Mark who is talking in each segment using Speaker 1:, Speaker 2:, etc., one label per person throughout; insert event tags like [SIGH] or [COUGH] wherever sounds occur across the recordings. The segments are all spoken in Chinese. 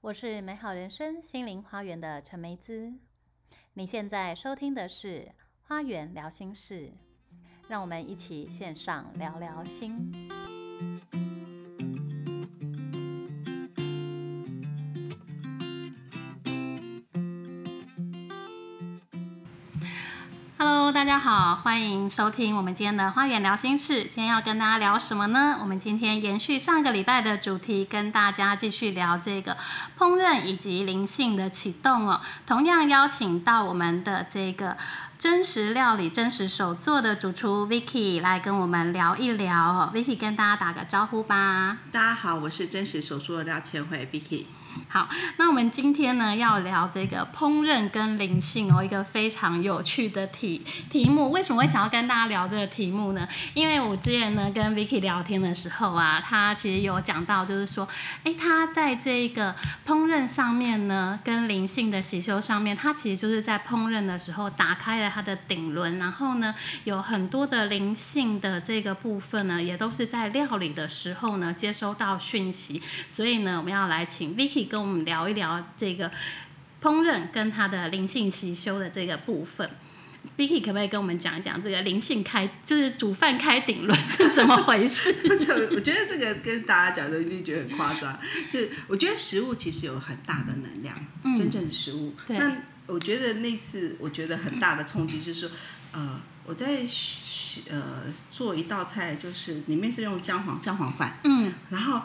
Speaker 1: 我是美好人生心灵花园的陈梅姿。你现在收听的是《花园聊心事》，让我们一起线上聊聊心。Hello，大家好，欢迎收听我们今天的花园聊心事。今天要跟大家聊什么呢？我们今天延续上个礼拜的主题，跟大家继续聊这个烹饪以及灵性的启动哦。同样邀请到我们的这个真实料理、真实手做的主厨 Vicky 来跟我们聊一聊哦。Vicky 跟大家打个招呼吧。
Speaker 2: 大家好，我是真实手作廖千惠 Vicky。 [LAUGHS]
Speaker 1: 好， [LAUGHS] 那我们今天呢要聊这个烹饪跟灵性哦，一个非常有趣的题题目。为什么会想要跟大家聊这个题目呢？因为我之前呢跟 Vicky 聊天的时候啊，他其实有讲到，就是说，哎，他在这个烹饪上面呢，跟灵性的习修上面，他其实就是在烹饪的时候打开了他的顶轮，然后呢，有很多的灵性的这个部分呢，也都是在料理的时候呢接收到讯息，所以呢，我们要来请 Vicky 跟我们聊一聊这个烹饪跟它的灵性习修的这个部分。Vicky 可不可以跟我们讲一讲这个灵性开，就是煮饭开顶轮是怎么回 [LAUGHS] 事？
Speaker 2: 对，我觉得这个跟大家讲的一定觉得很夸张。 [LAUGHS] 就是我觉得食物其实有很大的能量，真正的食物。
Speaker 1: 嗯对
Speaker 2: 那我觉得那次我觉得很大的冲击就是说，呃，我在学呃做一道菜，就是里面是用姜黄姜黄饭，
Speaker 1: 嗯
Speaker 2: 然后。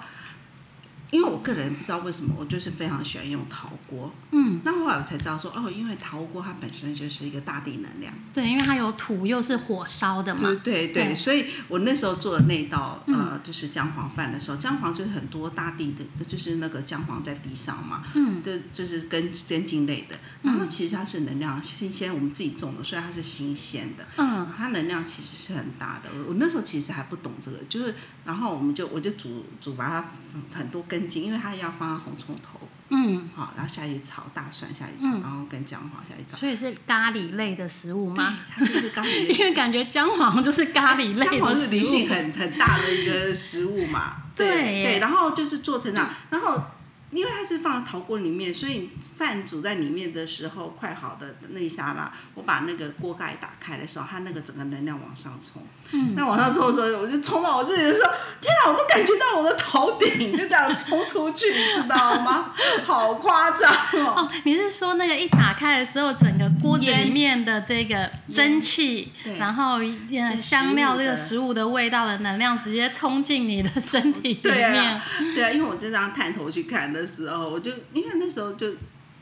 Speaker 2: 因为我个人不知道为什么，我就是非常喜欢用陶锅。
Speaker 1: 嗯，
Speaker 2: 那后来我才知道说，哦，因为陶锅它本身就是一个大地能量。
Speaker 1: 对，因为它有土又是火烧的嘛，
Speaker 2: 嗯对对对，
Speaker 1: 对嗯
Speaker 2: 所以我那时候做的那一道呃，就是姜黄饭的时候，姜黄就是很多大地的，就是那个姜黄在地上嘛，
Speaker 1: 嗯，
Speaker 2: 对，就是根根茎类的，然后其实它是能量新鲜，我们自己种的，所以它是新鲜的。
Speaker 1: 嗯
Speaker 2: 它能量其实是很大的，我我那时候其实还不懂这个，就是，然后我们就我就煮煮把它嗯很多根茎，因为它要放在红葱头，
Speaker 1: 嗯，
Speaker 2: 好，然后下去炒大蒜下去炒，然后跟姜黄下
Speaker 1: [LAUGHS]
Speaker 2: 去炒，
Speaker 1: 所以是咖喱类的食物吗？
Speaker 2: 它就是刚
Speaker 1: [LAUGHS] 因为感觉姜黄就是咖喱
Speaker 2: 姜
Speaker 1: 类
Speaker 2: 黄
Speaker 1: 的
Speaker 2: 是
Speaker 1: 食
Speaker 2: 灵性
Speaker 1: 物，
Speaker 2: 很很大的一个食物嘛，
Speaker 1: 对耶
Speaker 2: 对，然后就是做成这样，然后因为它是放陶锅里面，所以饭煮在里面的时候，快好的那一刹那，我把那个锅盖打开的时候，它那个整个能量往上冲，嗯，那往上冲的时候，我就冲到我自己就说，天哪，我都感觉到我的头顶就这样冲出去，你知道吗？好
Speaker 1: [LAUGHS]
Speaker 2: 夸张哦！
Speaker 1: 哦，你是说那个一打开的时候，整个锅子里面的这个蒸汽，
Speaker 2: 对
Speaker 1: 然后呃
Speaker 2: 对
Speaker 1: 香料这个
Speaker 2: 食
Speaker 1: 食物的味道的能量直接冲进你的身体里
Speaker 2: [LAUGHS] 对
Speaker 1: 面
Speaker 2: 啊，，对啊，因为我就这样探头去看的时候，我就因为那时候就呃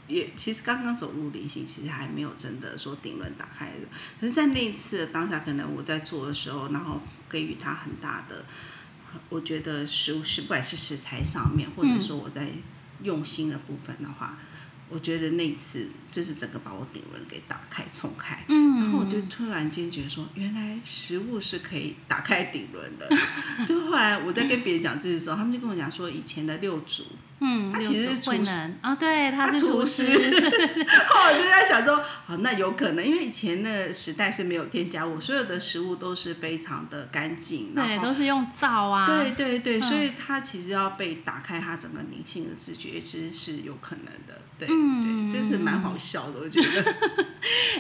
Speaker 2: 也其实刚刚走入灵性，其实还没有真的说顶轮打开的。可是，在那一次的当下，可能我在做的时候，然后给予他很大的，呃我觉得食物是不管是食材上面，或者说我在用心的部分的话，我觉得那一次就是整个把我顶轮给打开、冲开。然后我
Speaker 1: 嗯，
Speaker 2: 就突然间觉得说，原来食物是可以打开顶轮的。 [LAUGHS] 就后来我在跟别人讲这些时候，他们就跟我讲说，以前的六祖， [LAUGHS]
Speaker 1: 嗯，
Speaker 2: 它其实
Speaker 1: 有
Speaker 2: 是
Speaker 1: 慧
Speaker 2: 厨师
Speaker 1: 能啊，对，他
Speaker 2: 他
Speaker 1: 是厨
Speaker 2: [LAUGHS] 厨
Speaker 1: 师，
Speaker 2: 后来我就在想说，哦，那有可能，因为以前的时代是没有添加物，所有的食物都是非常的干净，
Speaker 1: 对，
Speaker 2: [LAUGHS] 然后。
Speaker 1: 都是用灶啊，
Speaker 2: 对对对，
Speaker 1: 嗯
Speaker 2: 所以它其实要被打开，它整个灵性的自觉其实是有可能的，对、
Speaker 1: 嗯
Speaker 2: 对，真是蛮好笑的，我觉得。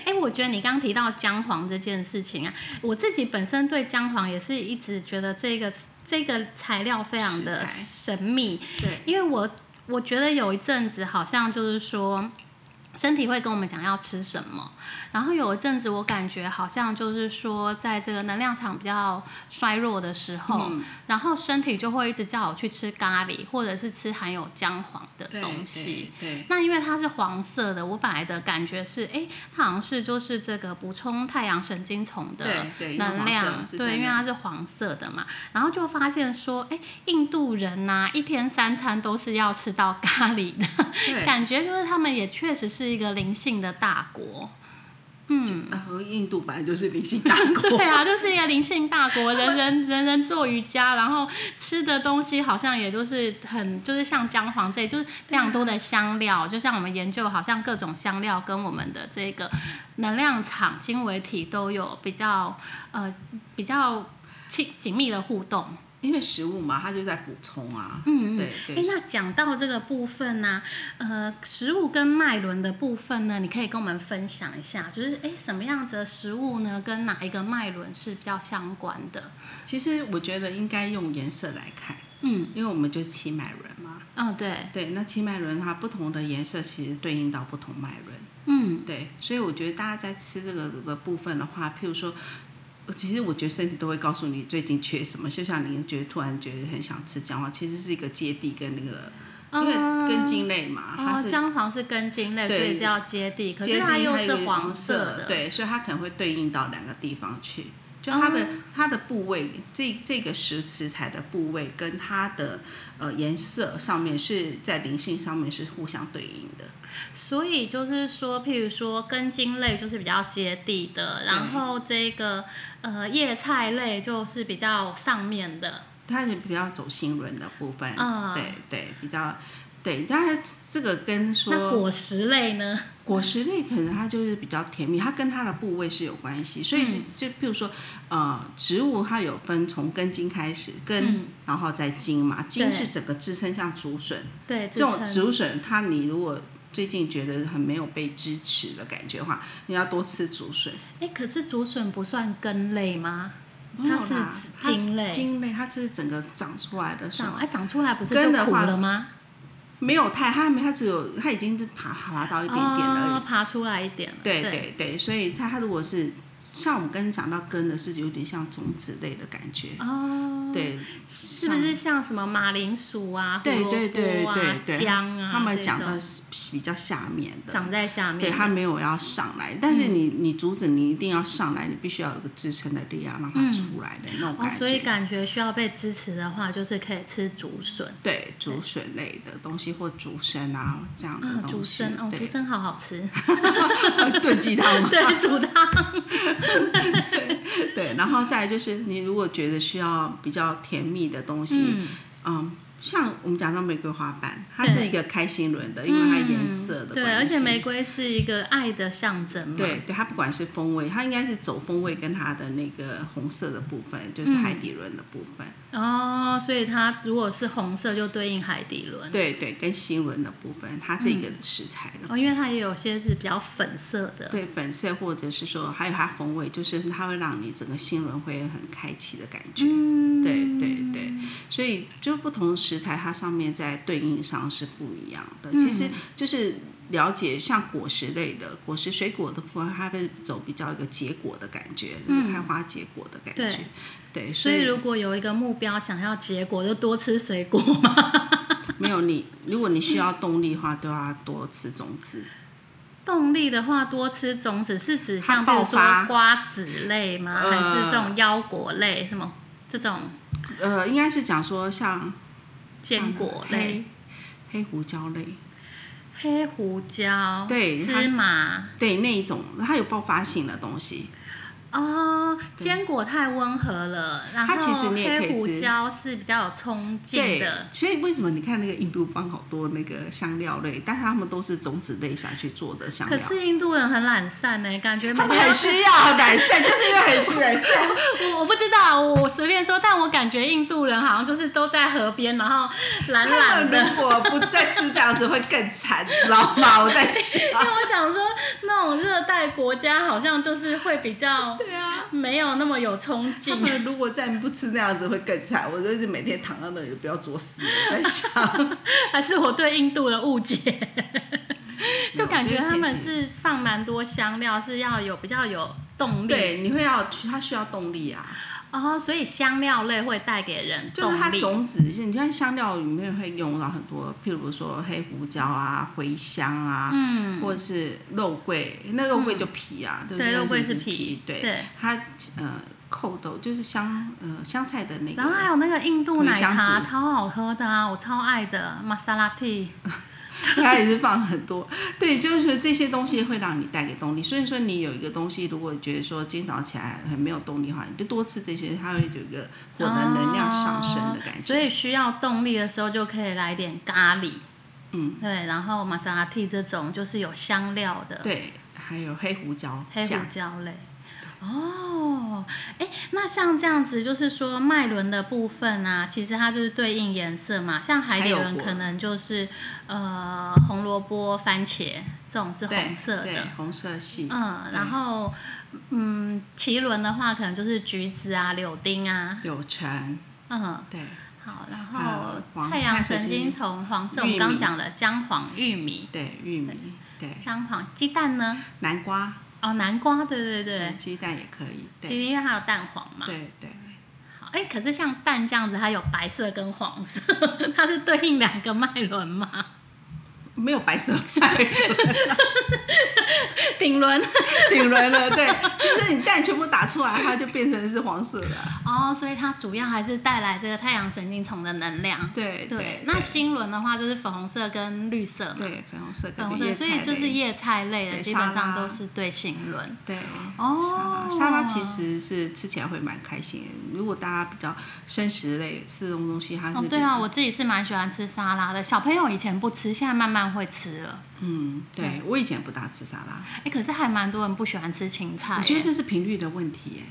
Speaker 1: 哎、我觉得你刚刚提到姜黄这件事情啊，我自己本身对姜黄也是一直觉得这个这个材料非常的
Speaker 2: 食
Speaker 1: 神秘，
Speaker 2: 对，
Speaker 1: 因为我我觉得有一阵子好像就是说。身体会跟我们讲要吃什么，然后有一阵子我感觉好像就是说，在这个能量场比较衰弱的时候，
Speaker 2: 嗯
Speaker 1: 然后身体就会一直叫我去吃咖喱，或者是吃含有姜黄的
Speaker 2: 对
Speaker 1: 东西。，
Speaker 2: 对
Speaker 1: 那因为它是黄色的，我本来的感觉是，哎，它好像是就是这个补充太阳神经丛的
Speaker 2: 对对因为
Speaker 1: 能
Speaker 2: 黄色
Speaker 1: 量，
Speaker 2: 是
Speaker 1: 对，
Speaker 2: 真
Speaker 1: 因为
Speaker 2: 的
Speaker 1: 它是黄色的嘛。然后就发现说，哎，印度人呐、一天三餐都是要吃到咖喱的，
Speaker 2: 对对，
Speaker 1: 感觉就是他们也确实是一个灵性的大国。嗯，
Speaker 2: 然后啊印度本来就是灵性大国，
Speaker 1: 对啊，就是一个灵性大国，人人人人做瑜伽，然后吃的东西好像也就是很就是像姜黄这，就是非常多的香料，就像我们研究，好像各种香料跟我们的这个能量场经纬体都有比较呃比较亲紧密的互动。
Speaker 2: 因为食物嘛，它就在补充啊。
Speaker 1: 嗯嗯
Speaker 2: 对
Speaker 1: 哎，
Speaker 2: 对。
Speaker 1: 那讲到这个部分呢、呃，食物跟脉轮的部分呢，你可以跟我们分享一下，就是哎，什么样子的食物呢，跟哪一个脉轮是比较相关的？
Speaker 2: 其实我觉得应该用颜色来看，
Speaker 1: 嗯，
Speaker 2: 因为我们就七脉轮嘛。
Speaker 1: 哦，对，
Speaker 2: 对，那七脉轮它不同的颜色其实对应到不同脉轮。
Speaker 1: 嗯
Speaker 2: 对，所以我觉得大家在吃这个的部分的话，譬如说，呃其实我觉得身体都会告诉你最近缺什么。就像你觉得突然觉得很想吃姜黄，其实是一个接地跟那个，因为
Speaker 1: 啊
Speaker 2: 根茎类嘛，它
Speaker 1: 哦，
Speaker 2: 是
Speaker 1: 姜黄是根茎类，所
Speaker 2: 对
Speaker 1: 以是要接地，可
Speaker 2: 接
Speaker 1: 是
Speaker 2: 地，
Speaker 1: 它又是
Speaker 2: 有
Speaker 1: 黄
Speaker 2: 色
Speaker 1: 的，，
Speaker 2: 对，所以它可能会对应到两个地方去。就它的、它的部
Speaker 1: 哦
Speaker 2: 位，这这个食食材的部位跟它的呃颜色上面是在灵性上面是互相对应的。
Speaker 1: 所以就是说，譬如说根茎类就是比较接地的，然后这个呃叶菜类就是比较上面的，
Speaker 2: 它是比较走心轮的部分，
Speaker 1: 嗯
Speaker 2: 对对，比较对。但是这个跟
Speaker 1: 那
Speaker 2: 说
Speaker 1: 果实类呢？
Speaker 2: 果实类可能它就是比较甜蜜，它跟它的部位是有关系。所以
Speaker 1: 嗯
Speaker 2: 就就譬如说，呃，植物它有分从根茎开始，根、
Speaker 1: 嗯
Speaker 2: 然后再茎嘛，
Speaker 1: 对
Speaker 2: 茎是整个支撑，像竹笋
Speaker 1: 对，
Speaker 2: 这种
Speaker 1: 支撑
Speaker 2: 竹笋，它你如果最近觉得很没有被支持的感觉的话，你要多吃竹笋。
Speaker 1: 哎，可是竹笋不算根类吗？
Speaker 2: 没有
Speaker 1: 它是
Speaker 2: 啦
Speaker 1: 子
Speaker 2: 它
Speaker 1: 茎类
Speaker 2: 茎类它是整个长出来的，
Speaker 1: 长哎长出来不是就
Speaker 2: 根的
Speaker 1: 苦
Speaker 2: 话
Speaker 1: 了吗？
Speaker 2: 没有太，它还没，它只有它已经是爬爬到一点点而已。
Speaker 1: 哦，爬出来一点了。
Speaker 2: 对
Speaker 1: 对
Speaker 2: 对对，所以它它如果是像我们刚刚讲到根的是有点像种子类的感觉。
Speaker 1: 哦，
Speaker 2: 对，
Speaker 1: 是不是像什么马铃薯啊、胡
Speaker 2: 对
Speaker 1: 萝
Speaker 2: 对对
Speaker 1: 卜啊
Speaker 2: 对、对
Speaker 1: 姜啊，
Speaker 2: 他们
Speaker 1: 这
Speaker 2: 讲
Speaker 1: 种
Speaker 2: 的是比较下面的，
Speaker 1: 长在下面。嗯
Speaker 2: 对，它没有要上来，但是你你竹子你一定要上来，你必须要有个支撑的力量让它出来的那种
Speaker 1: 嗯哦，
Speaker 2: 感
Speaker 1: 所以
Speaker 2: 觉。
Speaker 1: 感觉需要被支持的话，就是可以吃竹笋。
Speaker 2: 对，竹笋类的东西或竹荪啊这样的
Speaker 1: 啊，
Speaker 2: 东
Speaker 1: 竹
Speaker 2: 西，
Speaker 1: 荪哦，竹
Speaker 2: [LAUGHS] 对，
Speaker 1: 荪好好吃，
Speaker 2: 炖鸡汤
Speaker 1: [LAUGHS]
Speaker 2: 嘛，
Speaker 1: 对，煮汤，
Speaker 2: 对，然后再来就是，你如果觉得需要比较甜蜜的东西，嗯像我们讲到玫瑰花瓣，它
Speaker 1: 对
Speaker 2: 是一个开心轮的，因为它颜色的关系。
Speaker 1: 嗯对，而且玫瑰是一个爱的象征嘛，
Speaker 2: 对对，它不管是风味，它应该是走风味跟它的那个红色的部分，就是海底轮的部分。
Speaker 1: 哦，所以它如果是红色，就对应海底轮，
Speaker 2: 对对，跟心轮的部分，它这个食材的。
Speaker 1: 哦，因为它也有些是比较粉色的，
Speaker 2: 对粉色，或者是说还有它风味，就是它会让你整个心轮会很开启的感觉。
Speaker 1: 嗯，
Speaker 2: 对对对，所以就不同食材，它上面在对应上是不一样的。其
Speaker 1: 嗯
Speaker 2: 实就是了解像果实类的果实、水果的部分，它会走比较一个结果的感觉，就是开花结果的感觉。对，
Speaker 1: 嗯所
Speaker 2: 所
Speaker 1: 以
Speaker 2: 以
Speaker 1: 如果有一个目标想要结果，就多吃水果嘛，
Speaker 2: 没
Speaker 1: [LAUGHS]
Speaker 2: 有你，如果你需要动力的话，都要多吃种子。
Speaker 1: 动力的话，多吃种子是指像比
Speaker 2: 它
Speaker 1: 如
Speaker 2: 爆
Speaker 1: 说
Speaker 2: 发
Speaker 1: 瓜子类吗？
Speaker 2: 呃
Speaker 1: 还是这种腰果类什么这种
Speaker 2: 呃，应该是讲说像
Speaker 1: 坚果类、
Speaker 2: 黑黑胡椒类，
Speaker 1: 黑胡椒、
Speaker 2: 对它
Speaker 1: 芝麻
Speaker 2: 对那一种，它有爆发性的东西。
Speaker 1: 哦，坚果太温和了，然后
Speaker 2: 它其实你也可以
Speaker 1: 黑胡
Speaker 2: 吃
Speaker 1: 椒是比较有冲劲
Speaker 2: 对
Speaker 1: 的，，
Speaker 2: 所以为什么你看那个印度帮好多那个香料类，但是他们都是种子类下去做的香
Speaker 1: 可
Speaker 2: 料。
Speaker 1: 是印度人很懒散呢、感觉每
Speaker 2: 他们
Speaker 1: 天
Speaker 2: 很
Speaker 1: 要
Speaker 2: 需要很懒散，就是因为很需要懒散。
Speaker 1: [LAUGHS] 我我不知道，我随便说，但我感觉印度人好像就是都在河边，然后懒
Speaker 2: 他
Speaker 1: 懒
Speaker 2: 们
Speaker 1: 的。
Speaker 2: 如果不再吃这样子，会更惨，知道吗？我在想。
Speaker 1: [LAUGHS] 因为我想说，那种热带国家好像就是会比较
Speaker 2: 对啊，
Speaker 1: 没有那么有冲
Speaker 2: 他
Speaker 1: 劲。
Speaker 2: 们如果再不吃那样子，会更惨。我就是每天躺在那里，不要作死。我在
Speaker 1: [LAUGHS]
Speaker 2: 想，
Speaker 1: [LAUGHS] 还是我对印度的误
Speaker 2: [LAUGHS]
Speaker 1: 解，就感觉他们
Speaker 2: 我觉得天气
Speaker 1: 是放蛮多香料，是要有比较有动力
Speaker 2: 对，你会要它需要动力啊，
Speaker 1: 哦，所以香料类会带给人
Speaker 2: 就
Speaker 1: 动
Speaker 2: 是它
Speaker 1: 力。
Speaker 2: 种子，你看香料里面会用到很多，譬如说黑胡椒啊、茴香啊，
Speaker 1: 嗯，
Speaker 2: 或者是肉桂，那肉桂就皮啊，对不
Speaker 1: 对
Speaker 2: 对？
Speaker 1: 肉桂是
Speaker 2: 是
Speaker 1: 皮
Speaker 2: 对，
Speaker 1: 对
Speaker 2: 它呃扣豆就是香呃香菜的那
Speaker 1: 然后还
Speaker 2: 个，
Speaker 1: 有那个印度奶
Speaker 2: 茴
Speaker 1: 茶
Speaker 2: 香籽
Speaker 1: 超好喝的啊，我超爱的 masala tea。
Speaker 2: [LAUGHS] 它也是放很多，对，就是说这些东西会让你带给动力。所以说你有一个东西，如果觉得说今天早上起来很没有动力的话，你就多吃这些，它会有一个我的能量上升的感觉。
Speaker 1: 哦所以需要动力的时候，就可以来点咖喱，
Speaker 2: 嗯，
Speaker 1: 对，然后玛莎拉蒂这种就是有香料的
Speaker 2: 对，还有黑胡椒
Speaker 1: 黑胡
Speaker 2: 酱，
Speaker 1: 椒类。哦，哎，那像这样子，就是说脉轮的部分啊，其实它就是对应颜色嘛。像海底
Speaker 2: 还有
Speaker 1: 轮
Speaker 2: 果
Speaker 1: 可能就是呃红萝卜、番茄这种是红色
Speaker 2: 对
Speaker 1: 的，，
Speaker 2: 红色系，
Speaker 1: 嗯，然后嗯脐轮的话可能就是橘子啊、柳丁啊，
Speaker 2: 柳橙，
Speaker 1: 嗯，
Speaker 2: 对，
Speaker 1: 好，然
Speaker 2: 呃
Speaker 1: 后
Speaker 2: 黄
Speaker 1: 太
Speaker 2: 太
Speaker 1: 阳
Speaker 2: 神
Speaker 1: 神经
Speaker 2: 经
Speaker 1: 丛黄色，
Speaker 2: 玉
Speaker 1: 我们刚
Speaker 2: 米
Speaker 1: 讲了姜黄、玉米、
Speaker 2: 对，玉米，对，
Speaker 1: 姜黄、鸡蛋呢？
Speaker 2: 南瓜，
Speaker 1: 哦，南瓜，对对对，
Speaker 2: 鸡蛋也可以，
Speaker 1: 其
Speaker 2: 对，
Speaker 1: 实因为它有蛋黄嘛。
Speaker 2: 对对，
Speaker 1: 好，哎，可是像蛋这样子，它有白色跟黄色， [LAUGHS] 它是对应两个脉轮嘛？
Speaker 2: 没有白色派
Speaker 1: [LAUGHS] 顶轮 [LAUGHS]
Speaker 2: 顶轮了，对，就是你蛋全部打出来，它就变成是黄色的，
Speaker 1: 哦，所以它主要还是带来这个太阳神经丛的能量。
Speaker 2: 对
Speaker 1: 对
Speaker 2: 对，，
Speaker 1: 那心轮的话就是粉红色跟绿色嘛，
Speaker 2: 对粉红色
Speaker 1: 粉
Speaker 2: 跟
Speaker 1: 红
Speaker 2: 绿叶
Speaker 1: 色，所以
Speaker 2: 菜
Speaker 1: 就是
Speaker 2: 类，
Speaker 1: 叶菜类的
Speaker 2: 对
Speaker 1: 基本
Speaker 2: 沙
Speaker 1: 上
Speaker 2: 拉
Speaker 1: 都是对心轮。
Speaker 2: 对。
Speaker 1: 哦，
Speaker 2: 沙拉其实是吃起来会蛮开心的。如果大家比较生食类吃这种东西，它是
Speaker 1: 哦，
Speaker 2: 比
Speaker 1: 对啊，
Speaker 2: 较
Speaker 1: 我自己是蛮喜欢吃沙拉的。小朋友以前不吃，现在慢慢会吃了。
Speaker 2: 嗯，对我以前不大吃沙拉，
Speaker 1: 哎，可是还蛮多人不喜欢吃芹菜耶，
Speaker 2: 我觉得那是频率的问题耶。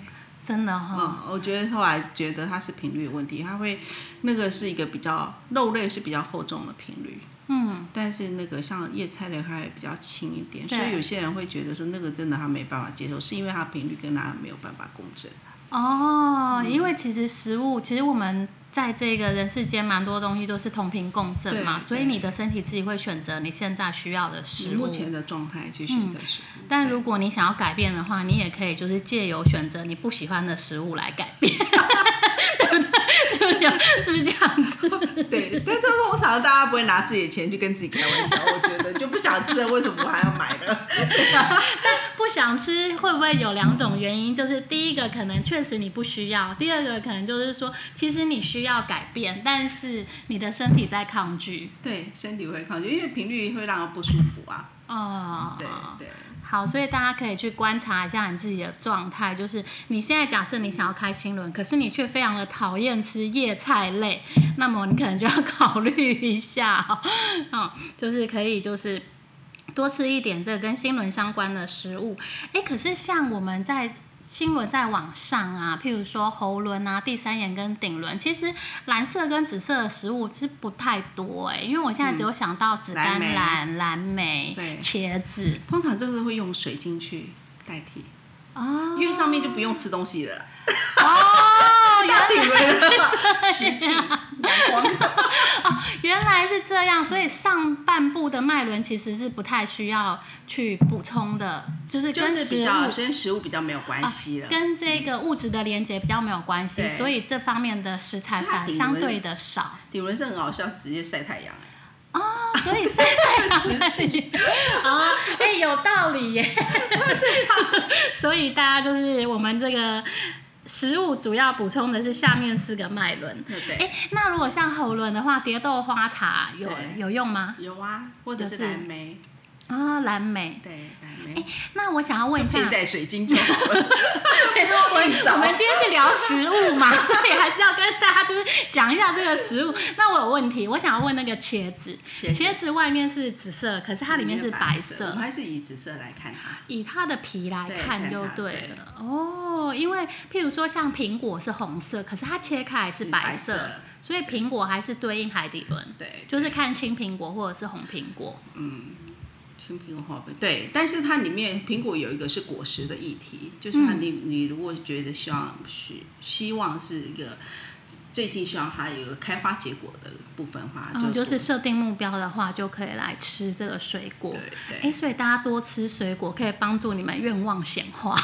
Speaker 1: 真的哈、
Speaker 2: 嗯，我觉得后来觉得它是频率的问题，它会那个是一个比较肉类是比较厚重的频率，
Speaker 1: 嗯，
Speaker 2: 但是那个像叶菜类它还比较轻一点，所
Speaker 1: 对
Speaker 2: 以有些人会觉得说那个真的他没办法接受，是因为它频率跟它没有办法共振。
Speaker 1: 哦，因
Speaker 2: 嗯
Speaker 1: 为其实食物，其实我们在这个人世间，蛮多东西都是同频共振嘛，
Speaker 2: 对
Speaker 1: 所以你的身体自己会选择你现在需要的
Speaker 2: 你
Speaker 1: 食
Speaker 2: 目
Speaker 1: 物。
Speaker 2: 前的状态去选择食物，
Speaker 1: 但如果你想要改变的话，你也可以就是借由选择你不喜欢的食物来改变， [LAUGHS] 对不对？是不是有？是不是这样子？
Speaker 2: 对，但是通常大家不会拿自己的钱去跟自己开玩笑，我觉得就不想吃的为什么我还要买呢？
Speaker 1: 不想吃会不会有两种原因？就是第一个可能确实你不需要，第二个可能就是说其实你需要改变，但是你的身体在抗拒。
Speaker 2: 对，身体会抗拒，因为频率会让人不舒服啊。
Speaker 1: 哦，
Speaker 2: 对对，
Speaker 1: 好，所以大家可以去观察一下你自己的状态，就是你现在假设你想要开心轮，可是你却非常的讨厌吃叶菜类，那么你可能就要考虑一下哦，哦就是可以就是。多吃一点这个跟心轮相关的食物，哎，可是像我们在心轮再往上啊，譬如说喉轮啊、第三眼跟顶轮，其实蓝色跟紫色的食物其实不太多哎、因为我现在只有想到紫
Speaker 2: 嗯蓝
Speaker 1: 甘
Speaker 2: 莓
Speaker 1: 蓝、蓝莓、
Speaker 2: 对
Speaker 1: 茄子，
Speaker 2: 通常这个是会用水晶去代替。
Speaker 1: 哦，
Speaker 2: 因为上面就不用吃东西了啦，
Speaker 1: 哦，原
Speaker 2: [LAUGHS] 顶轮了，食气阳光，
Speaker 1: 原来是这样，所以上半部的脉轮其实是不太需要去补充的，就是
Speaker 2: 就
Speaker 1: [LAUGHS] 跟
Speaker 2: 是
Speaker 1: 食
Speaker 2: 比
Speaker 1: 物、啊
Speaker 2: 较跟食物比较没有关系了。
Speaker 1: 跟这个物质的连接比较没有关系，
Speaker 2: 对
Speaker 1: 所以这方面的食材
Speaker 2: 所以它
Speaker 1: 反而
Speaker 2: 顶
Speaker 1: 相
Speaker 2: 轮
Speaker 1: 对的少。
Speaker 2: 顶轮是很好笑，直接晒太阳，
Speaker 1: [LAUGHS]
Speaker 2: 啊
Speaker 1: 哦，所以晒太
Speaker 2: [LAUGHS]
Speaker 1: 阳
Speaker 2: 实际
Speaker 1: 啊，哎、有道理
Speaker 2: [LAUGHS]
Speaker 1: 耶。 [LAUGHS] 所以大家就是我们这个食物主要补充的是下面四个脉轮。
Speaker 2: 嗯对不
Speaker 1: 哎、
Speaker 2: 对？
Speaker 1: 那如果像喉轮的话，蝶豆花茶有
Speaker 2: 对
Speaker 1: 有用吗？
Speaker 2: 有啊，或者是
Speaker 1: 就是
Speaker 2: 蓝莓，
Speaker 1: 啊，蓝莓。
Speaker 2: 对，蓝莓
Speaker 1: 那哎我想要问一下
Speaker 2: 佩，戴水晶就好了，不用混
Speaker 1: [LAUGHS] 我们
Speaker 2: 淆。
Speaker 1: 今天是聊食物嘛， [LAUGHS] 所以还是要跟大家就是讲一下这个食物。那我有问题，我想要问那个茄子，
Speaker 2: 茄子
Speaker 1: 茄子外面是紫色，可是它里面是白
Speaker 2: 白我
Speaker 1: 色
Speaker 2: 们。还是以紫色来看它。
Speaker 1: 以它的皮来
Speaker 2: 对
Speaker 1: 看
Speaker 2: 看
Speaker 1: 就
Speaker 2: 它
Speaker 1: 对
Speaker 2: 对
Speaker 1: 了哦，因为譬如说像苹果是红色，可是它切开来是
Speaker 2: 是
Speaker 1: 白
Speaker 2: 白
Speaker 1: 色，
Speaker 2: 色
Speaker 1: 所以苹果还是对应海底轮，
Speaker 2: 对，
Speaker 1: 就是看青苹果或者是红苹果。
Speaker 2: 青苹果花呗，对，但是它里面苹果有一个是果实的议题，就是
Speaker 1: 嗯
Speaker 2: 它你、你如果觉得希望是希望是一个最近希望它有一个开花结果的部分的话，
Speaker 1: 嗯，就
Speaker 2: 就
Speaker 1: 是设定目标的话，就可以来吃这个水果。
Speaker 2: 对对。
Speaker 1: 哎，所以大家多吃水果可以帮助你们愿望显
Speaker 2: [LAUGHS]
Speaker 1: 化。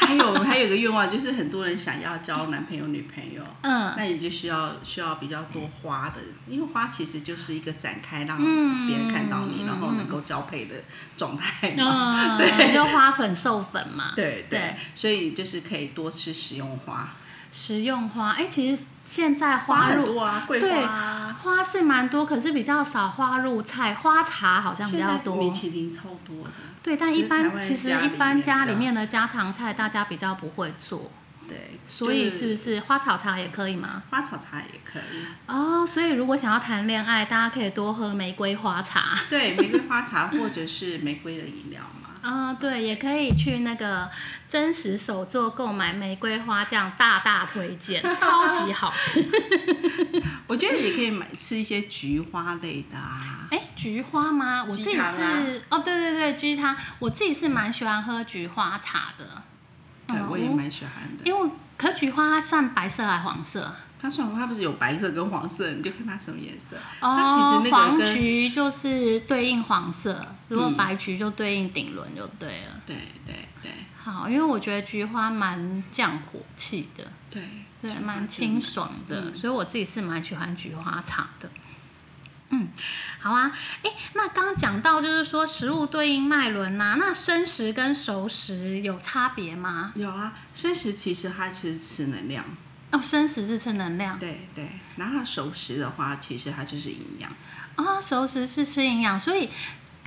Speaker 2: 还有还有一个愿望就是很多人想要交男朋友女朋友，
Speaker 1: 嗯，
Speaker 2: 那你就需要需要比较多花的，因为花其实就是一个展开让
Speaker 1: 嗯
Speaker 2: 别人看到你，然后能够交配的状态嘛。
Speaker 1: 嗯，
Speaker 2: 对
Speaker 1: 就花粉授粉嘛。
Speaker 2: 对
Speaker 1: 对
Speaker 2: 对，所以就是可以多吃食用花，
Speaker 1: 食用花，哎，其实现在
Speaker 2: 花
Speaker 1: 花
Speaker 2: 很
Speaker 1: 入
Speaker 2: 多啊，桂花啊，
Speaker 1: 花是蛮多，可是比较少花入菜，花茶好像比
Speaker 2: 现
Speaker 1: 较
Speaker 2: 在
Speaker 1: 多。
Speaker 2: 米其林超多的，
Speaker 1: 对，但一
Speaker 2: 就是台
Speaker 1: 般
Speaker 2: 湾
Speaker 1: 其实
Speaker 2: 家
Speaker 1: 一
Speaker 2: 里
Speaker 1: 般
Speaker 2: 面
Speaker 1: 家
Speaker 2: 的
Speaker 1: 里面的家常菜大家比较不会做，
Speaker 2: 对，
Speaker 1: 所以
Speaker 2: 就是
Speaker 1: 不是花草茶也可以吗？
Speaker 2: 花草茶也可以，
Speaker 1: 哦，所以如果想要谈恋爱，大家可以多喝玫瑰花茶。
Speaker 2: 对，玫瑰花茶或者是玫瑰的饮料嘛，
Speaker 1: 啊、对，也可以去那个真实手作购买玫瑰花酱，大大推荐，超级好吃。
Speaker 2: 我觉得也可以买吃一些菊花类的啊。
Speaker 1: 哎、菊花吗？我自己
Speaker 2: 鸡
Speaker 1: 是、
Speaker 2: 汤啊
Speaker 1: 哦，对对对，菊汤，我自己是蛮喜欢喝菊花茶的。
Speaker 2: 对，
Speaker 1: 嗯
Speaker 2: 我也蛮喜欢的。
Speaker 1: 因为可菊花它算白色还黄色啊？
Speaker 2: 它算它不是有白色跟黄色，你就看它什么颜色。它其
Speaker 1: 哦
Speaker 2: 实，那个
Speaker 1: 黄
Speaker 2: 跟嗯
Speaker 1: 菊就是对应黄色，如果白菊就对应顶轮就对了。
Speaker 2: 对对对
Speaker 1: 好，因为我觉得菊花蛮降火气的，
Speaker 2: 对
Speaker 1: 对，嗯
Speaker 2: 菊花
Speaker 1: 蛮
Speaker 2: 真
Speaker 1: 清爽的，所以我自己是蛮喜欢菊花茶的。嗯，好啊，哎，那刚刚讲到就是说食物对应脉轮呐、那生食跟熟食有差别吗？
Speaker 2: 有啊，生食其实它其实吃能量，
Speaker 1: 哦，生食是吃能量，
Speaker 2: 对对。然后熟食的话，其实它就是营养。
Speaker 1: 哦，熟食是吃营养，所以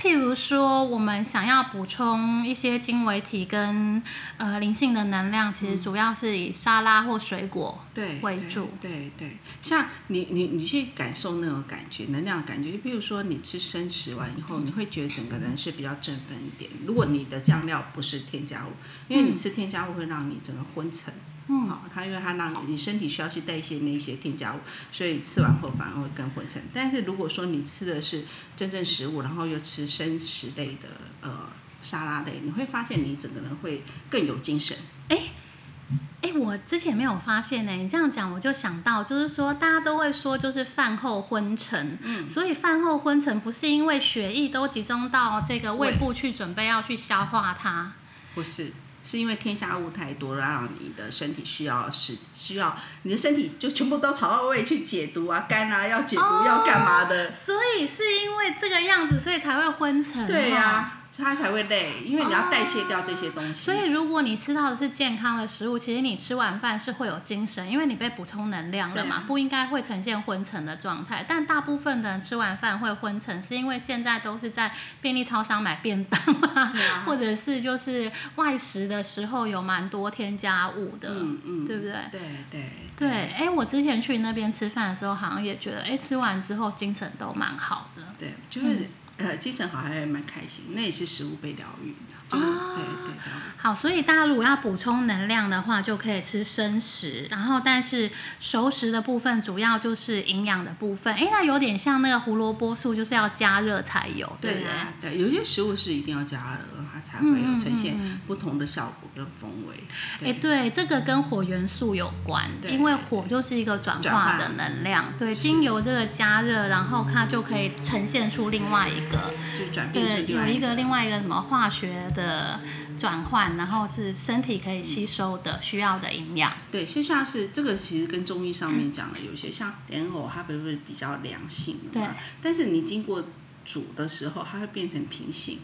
Speaker 1: 譬如说，我们想要补充一些经维体跟呃灵性的能量，其实主要是以沙拉或水果。
Speaker 2: 对
Speaker 1: 为
Speaker 2: 对
Speaker 1: 主
Speaker 2: 对对，像你你你去感受那种感觉，能量的感觉，就比如说你吃生食完以后，你会觉得整个人是比较振奋一点。如果你的酱料不是添加物，因为你吃添加物会让你整个昏沉。嗯，好，它因为它让你身体需要去代谢那些添加物，所以吃完后反而会更昏沉。但是如果说你吃的是真正食物，然后又吃生食类的呃沙拉类，你会发现你整个人会更有精神。
Speaker 1: 哎，我之前没有发现呢、你这样讲我就想到，就是说大家都会说，就是饭后昏沉，
Speaker 2: 嗯
Speaker 1: 所以饭后昏沉不是因为血液都集中到这个胃
Speaker 2: 胃
Speaker 1: 部去，准备要去消化它，
Speaker 2: 不是，是因为添加物太多，让你的身体需要是需要你的身体就全部都跑到胃去解毒啊，肝啊要解毒、
Speaker 1: 哦
Speaker 2: 要干嘛的？
Speaker 1: 所以是因为这个样子，所以才会昏沉。
Speaker 2: 对呀、
Speaker 1: 哦
Speaker 2: 所以它才会累，因为你要代谢掉这些东西。
Speaker 1: 所以，如果你吃到的是健康的食物，其实你吃完饭是会有精神，因为你被补充能量了嘛，
Speaker 2: 对啊
Speaker 1: 不应该会呈现昏沉的状态。但大部分的人吃完饭会昏沉，是因为现在都是在便利超商买便当啊，
Speaker 2: 对啊
Speaker 1: 或者是就是外食的时候有蛮多添加物的，
Speaker 2: 嗯嗯，
Speaker 1: 对不对？
Speaker 2: 对对
Speaker 1: 对，哎，我之前去那边吃饭的时候，好像也觉得，哎，吃完之后精神都蛮好的。
Speaker 2: 对，就是、
Speaker 1: 嗯
Speaker 2: 呃精神好还会蛮开心，那也是食物被疗愈的，就是、
Speaker 1: 哦
Speaker 2: 对对疗愈。
Speaker 1: 好，所以大家如果要补充能量的话，就可以吃生食，然后但是熟食的部分主要就是营养的部分。诶，那有点像那个胡萝卜素，就是要加热才有，对不对？
Speaker 2: 啊，对，有些食物是一定要加热，它才
Speaker 1: 嗯
Speaker 2: 会有呈现不同的效果跟风味。
Speaker 1: 哎、对，这个跟火元素有关，
Speaker 2: 对
Speaker 1: 因为火就是一个转
Speaker 2: 转
Speaker 1: 化
Speaker 2: 化
Speaker 1: 的能量，对，经由这个加热，然后它就可以呈现出另外一个，
Speaker 2: 就转变
Speaker 1: 对，
Speaker 2: 成另
Speaker 1: 有
Speaker 2: 外
Speaker 1: 一个另外一个什么化学的转换，然后是身体可以吸收的需要的营养。
Speaker 2: 对，就像是这个，其实跟中医上
Speaker 1: 嗯
Speaker 2: 面讲的有一些，像莲藕，它不是比较凉性的嘛
Speaker 1: 对？
Speaker 2: 但是你经过煮的时候，它会变成平性。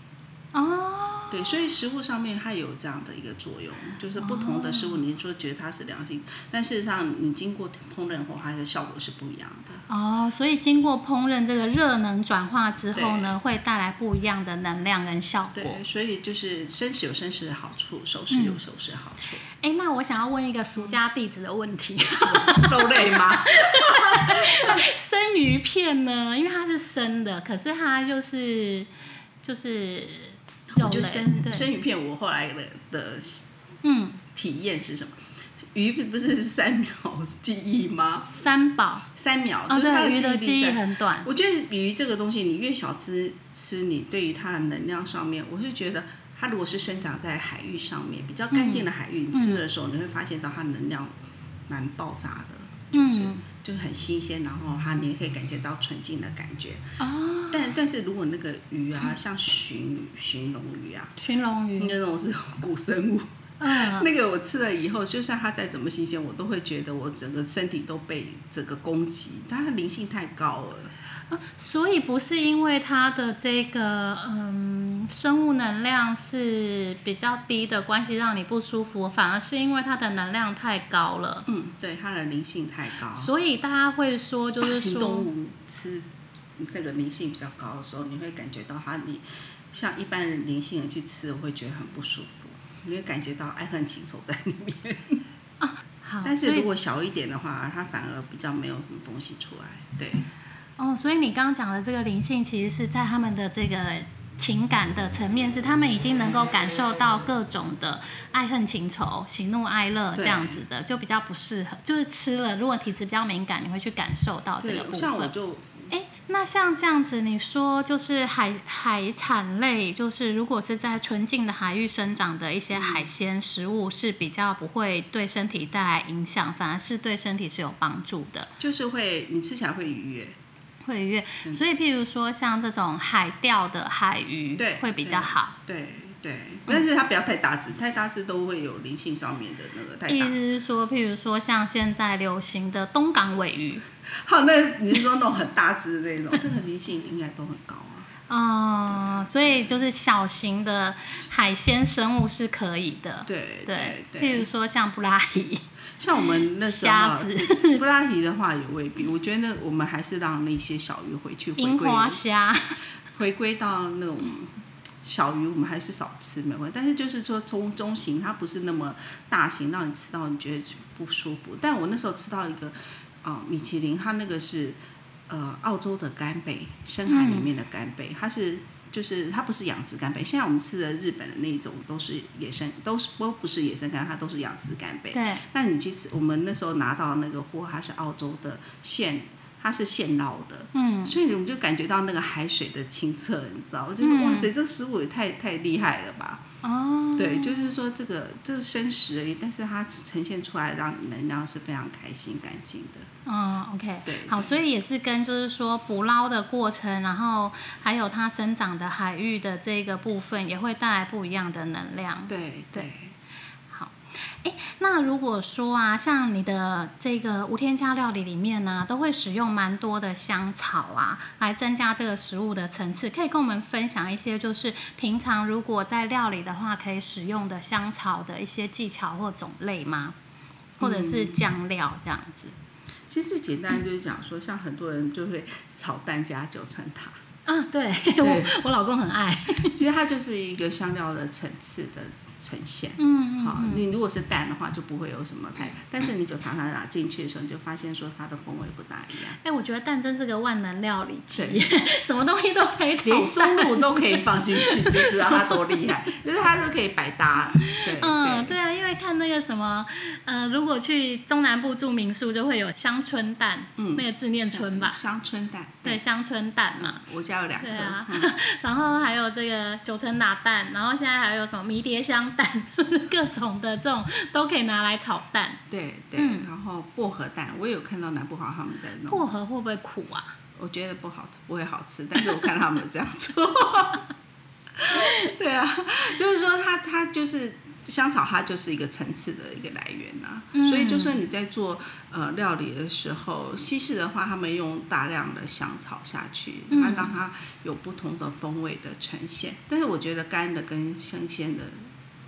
Speaker 1: 哦，
Speaker 2: 对，所以食物上面它有这样的一个作用，就是不同的食
Speaker 1: 哦
Speaker 2: 物，你说觉得它是良性，但事实上你经过烹饪后，它的效果是不一样的。
Speaker 1: 哦，所以经过烹饪这个热能转化之后
Speaker 2: 对
Speaker 1: 呢，会带来不一样的能量跟效果。
Speaker 2: 对，所以就是生食有生食的好处，熟食
Speaker 1: 嗯
Speaker 2: 有熟食的好处。 [LAUGHS]
Speaker 1: 哎，那我想要问一个俗家弟子的问题： [LAUGHS]
Speaker 2: 肉类吗？
Speaker 1: 生鱼片呢？因为它是生的，可是它就是就是 [LAUGHS] 肉
Speaker 2: 我觉
Speaker 1: 类，
Speaker 2: 得生
Speaker 1: 对，
Speaker 2: 生鱼片，我后来的的
Speaker 1: 嗯，
Speaker 2: 体验是什么？鱼不是三秒记忆吗？
Speaker 1: 三宝
Speaker 2: 三秒，
Speaker 1: 哦，
Speaker 2: 就是它
Speaker 1: 对，鱼的
Speaker 2: 记
Speaker 1: 记
Speaker 2: 忆
Speaker 1: 忆
Speaker 2: 力在。
Speaker 1: 很短，
Speaker 2: 我觉得鱼这个东西，你越少吃吃，你对于它的能量上面，我是觉得它如果是生长在海域上面比较干
Speaker 1: 嗯
Speaker 2: 净的海域，你吃的时候你会发现到它能量蛮爆炸的，
Speaker 1: 嗯，
Speaker 2: 就很新鲜，然后它你也可以感觉到纯净的感觉。
Speaker 1: 哦，
Speaker 2: 但但是如果那个鱼啊，像鲟鲟龙鱼啊，
Speaker 1: 寻龙鱼，
Speaker 2: 那种是古生物，
Speaker 1: 嗯，
Speaker 2: 那个我吃了以后，就算它再怎么新鲜，我都会觉得我整个身体都被整个攻击，它的灵性太高了。
Speaker 1: 所以不是因为它的这个嗯生物能量是比较低的关系让你不舒服，反而是因为它的能量太高了，
Speaker 2: 嗯，对，它的灵性太高。
Speaker 1: 所以大家会说就
Speaker 2: 大
Speaker 1: 是
Speaker 2: 型动
Speaker 1: 说
Speaker 2: 物吃那个灵性比较高的时候，你会感觉到它你像一般人灵性人去吃，我会觉得很不舒服，你会感觉到爱恨情仇在里面。
Speaker 1: 好，
Speaker 2: 但
Speaker 1: 哦所
Speaker 2: 是
Speaker 1: 以
Speaker 2: 如果小一点的话，它反而比较没有什么东西出来。对，
Speaker 1: 哦，所以你刚刚讲的这个灵性其实是在他们的这个。情感的层面，是他们已经能够感受到各种的爱恨情仇、喜怒哀乐这
Speaker 2: 对
Speaker 1: 样子的，就比较不适合。就是吃了，如果体质比较敏感，你会去感受到哦这个
Speaker 2: 对，
Speaker 1: 部
Speaker 2: 像我
Speaker 1: 分。
Speaker 2: 就
Speaker 1: 哎，那像这样子，你说就是海海产类，就是如果是在纯净的海域生长的一些
Speaker 2: 嗯
Speaker 1: 海鲜食物，是比较不会对身体带来影响，反而是对身体是有帮助的。
Speaker 2: 就是会，你吃起来会愉悦。
Speaker 1: 会越，
Speaker 2: 嗯
Speaker 1: 所以譬如说像这种海钓的海鱼，
Speaker 2: 对
Speaker 1: 会比较好。
Speaker 2: 对对，
Speaker 1: 嗯
Speaker 2: 但是它不要太大只，太大只都会有灵性上面的那个太
Speaker 1: 意
Speaker 2: 大。
Speaker 1: 思是说，譬如说像现在流行的东港尾鱼，
Speaker 2: 好，那你是说那种很大只的那
Speaker 1: [LAUGHS]
Speaker 2: 种，那个灵性应该都很高啊。
Speaker 1: 哦、所以就是小型的海鲜生物是可以的。
Speaker 2: 对
Speaker 1: 对
Speaker 2: 对，
Speaker 1: 譬如
Speaker 2: 对，
Speaker 1: 说像布拉鱼、
Speaker 2: 像我们那时候
Speaker 1: 虾
Speaker 2: 啊
Speaker 1: 子、
Speaker 2: 布拉提的话也未必，我觉得我们还是让那些小鱼回去回
Speaker 1: 樱
Speaker 2: 归
Speaker 1: 花虾，
Speaker 2: 回归到那种小鱼，我们还是少吃没关系。但是就是说中中型，它不是那么大型，让你吃到你觉得不舒服。但我那时候吃到一个，啊、米其林，它那个是呃澳洲的干贝，深海里面的干贝，它是。就是它不是养殖干贝，现在我们吃的日本的那种都是野生，都是都不是野生干，它都是养殖干贝。
Speaker 1: 对，
Speaker 2: 那你去吃，我们那时候拿到那个货，它是澳洲的现，它是现捞的，
Speaker 1: 嗯，
Speaker 2: 所以我们就感觉到那个海水的清澈，你知道，我就
Speaker 1: 嗯
Speaker 2: 说哇塞，这个食物也太太厉害了吧？
Speaker 1: 哦，
Speaker 2: 对，就是说这个这个生食而已，但是它呈现出来让你能量是非常开心、干净的。
Speaker 1: 嗯，OK，
Speaker 2: 对
Speaker 1: 好，所以也是跟就是说捕捞的过程，然后还有它生长的海域的这个部分，也会带来不一样的能量。
Speaker 2: 对对，
Speaker 1: 那如果说啊，像你的这个无添加料理里面呢、都会使用蛮多的香草啊，来增加这个食物的层次。可以跟我们分享一些，就是平常如果在料理的话，可以使用的香草的一些技巧或种类吗？或者是
Speaker 2: 嗯
Speaker 1: 酱料这样子？
Speaker 2: 其实简单就是讲说，像很多人就会炒蛋加九层塔，
Speaker 1: 啊，对 [LAUGHS] 我我老公很爱，
Speaker 2: 其实它就是一个香料的层次的呈现。
Speaker 1: 嗯
Speaker 2: 好，你如果是蛋的话，就不会有什么太，但是你九层塔打进去的时候，你就发现说它的风味不大一样，
Speaker 1: 哎、我觉得蛋真是个万能料理机， [LAUGHS] 什么东西都可以炒
Speaker 2: 连
Speaker 1: 蛋
Speaker 2: 松露都可以放进
Speaker 1: [LAUGHS]
Speaker 2: 去，你就知道它多厉害，就是它都可以百搭。对，
Speaker 1: 嗯，
Speaker 2: 对
Speaker 1: 对啊，因为看那个什么，呃，如果去中南部住民宿，就会有乡村蛋，
Speaker 2: 嗯
Speaker 1: 那个字念春吧，
Speaker 2: 香椿蛋，
Speaker 1: 对，，乡村蛋嘛，
Speaker 2: 我家有两颗
Speaker 1: 对啊，
Speaker 2: 嗯
Speaker 1: 然后还有这个九层塔蛋，然后现在还有什么迷迭香蛋， [LAUGHS] 各种的这种都可以拿来炒蛋。
Speaker 2: 对对，然后薄荷蛋，我也有看到南部好他们在弄，
Speaker 1: 嗯薄荷会不会苦啊？
Speaker 2: 我觉得不好吃，不会好吃，但是我看他们这样做， [LAUGHS] 对啊，就是说它它就是。香草它就是一个层次的一个来源呐、
Speaker 1: 嗯
Speaker 2: 所以就算你在做呃料理的时候，西式的话，他们用大量的香草下去，它
Speaker 1: 嗯
Speaker 2: 让它有不同的风味的呈现。但是我觉得干的跟生鲜的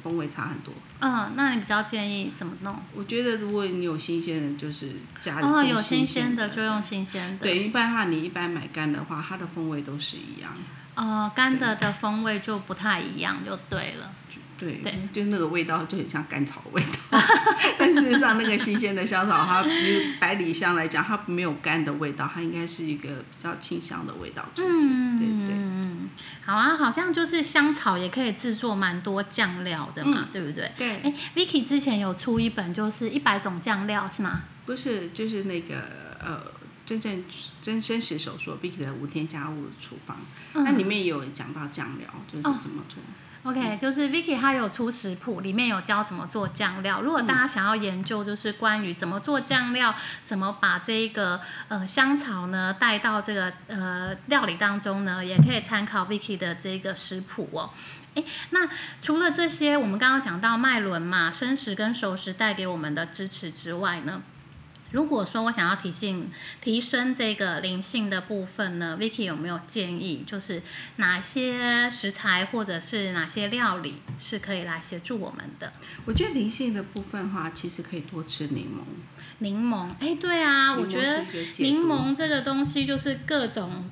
Speaker 2: 风味差很多。
Speaker 1: 嗯，那你比较建议怎么弄？
Speaker 2: 我觉得如果你有新鲜的，就是家里
Speaker 1: 哦，
Speaker 2: 种
Speaker 1: 有新
Speaker 2: 鲜
Speaker 1: 鲜的就用新鲜的，
Speaker 2: 对，一般的话你一般买干的话，它的风味都是一样。
Speaker 1: 呃，干的的风味就不太一样，就对了。
Speaker 2: 对，
Speaker 1: 对
Speaker 2: 就那个味道就很像甘草味道， [LAUGHS] 但事实上那个新鲜的香草，它以百里香来讲，它没有干的味道，它应该是一个比较清香的味道出现。对对。
Speaker 1: 嗯，好啊，好像就是香草也可以制作蛮多酱料的嘛，对不对？
Speaker 2: 对，
Speaker 1: 哎，Vicky 之前有出一本，就是一百种酱料是吗？
Speaker 2: 不是，就是那个呃，真正真真实手说 Vicky 的无添加物厨房，
Speaker 1: 嗯
Speaker 2: 那、里面也有讲到酱料，就是怎么做。
Speaker 1: 哦 OK，就是 Vicky 她有出食谱，里面有教怎么做酱料。如果大家想要研究，就是关于怎么做酱料，怎么把这一个呃香草呢带到这个呃料理当中呢，也可以参考 Vicky 的这个食谱哦。诶，那除了这些，我们刚刚讲到脉轮嘛、生食跟熟食带给我们的支持之外呢，如果说我想要提醒提升这个灵性的部分呢，Vicky 有没有建议，就是哪些食材或者是哪些料理是可以来协助我们的？
Speaker 2: 我觉得灵性的部分的话，其实可以多吃柠檬。
Speaker 1: 柠檬，哎，对啊，
Speaker 2: 柠檬
Speaker 1: 我觉得
Speaker 2: 是一个解毒
Speaker 1: 柠檬这个东西就是各种。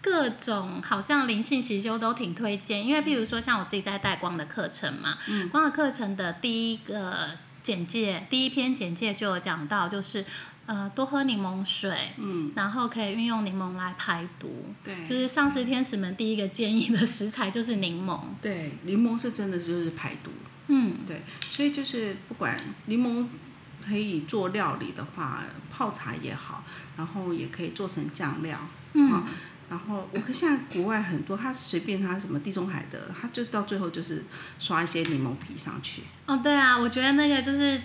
Speaker 1: 各种好像灵性习修都挺推荐，因为譬如说像我自己在带光的课程嘛，
Speaker 2: 嗯
Speaker 1: 光的课程的第一个简介，第一篇简介就有讲到，就是呃多喝柠檬水，
Speaker 2: 嗯，
Speaker 1: 然后可以运用柠檬来排毒。
Speaker 2: 对，
Speaker 1: 就是上师天使们第一个建议的食材就是柠檬。
Speaker 2: 对，柠檬是真的就是排毒，
Speaker 1: 嗯，
Speaker 2: 对，所以就是不管柠檬可以做料理的话，泡茶也好，然后也可以做成酱料，
Speaker 1: 嗯
Speaker 2: 好，然后我看现在国外很多，他随便他什么地中海的，他就到最后就是刷一些柠檬皮上去，
Speaker 1: 哦，对啊，我觉得那个就是。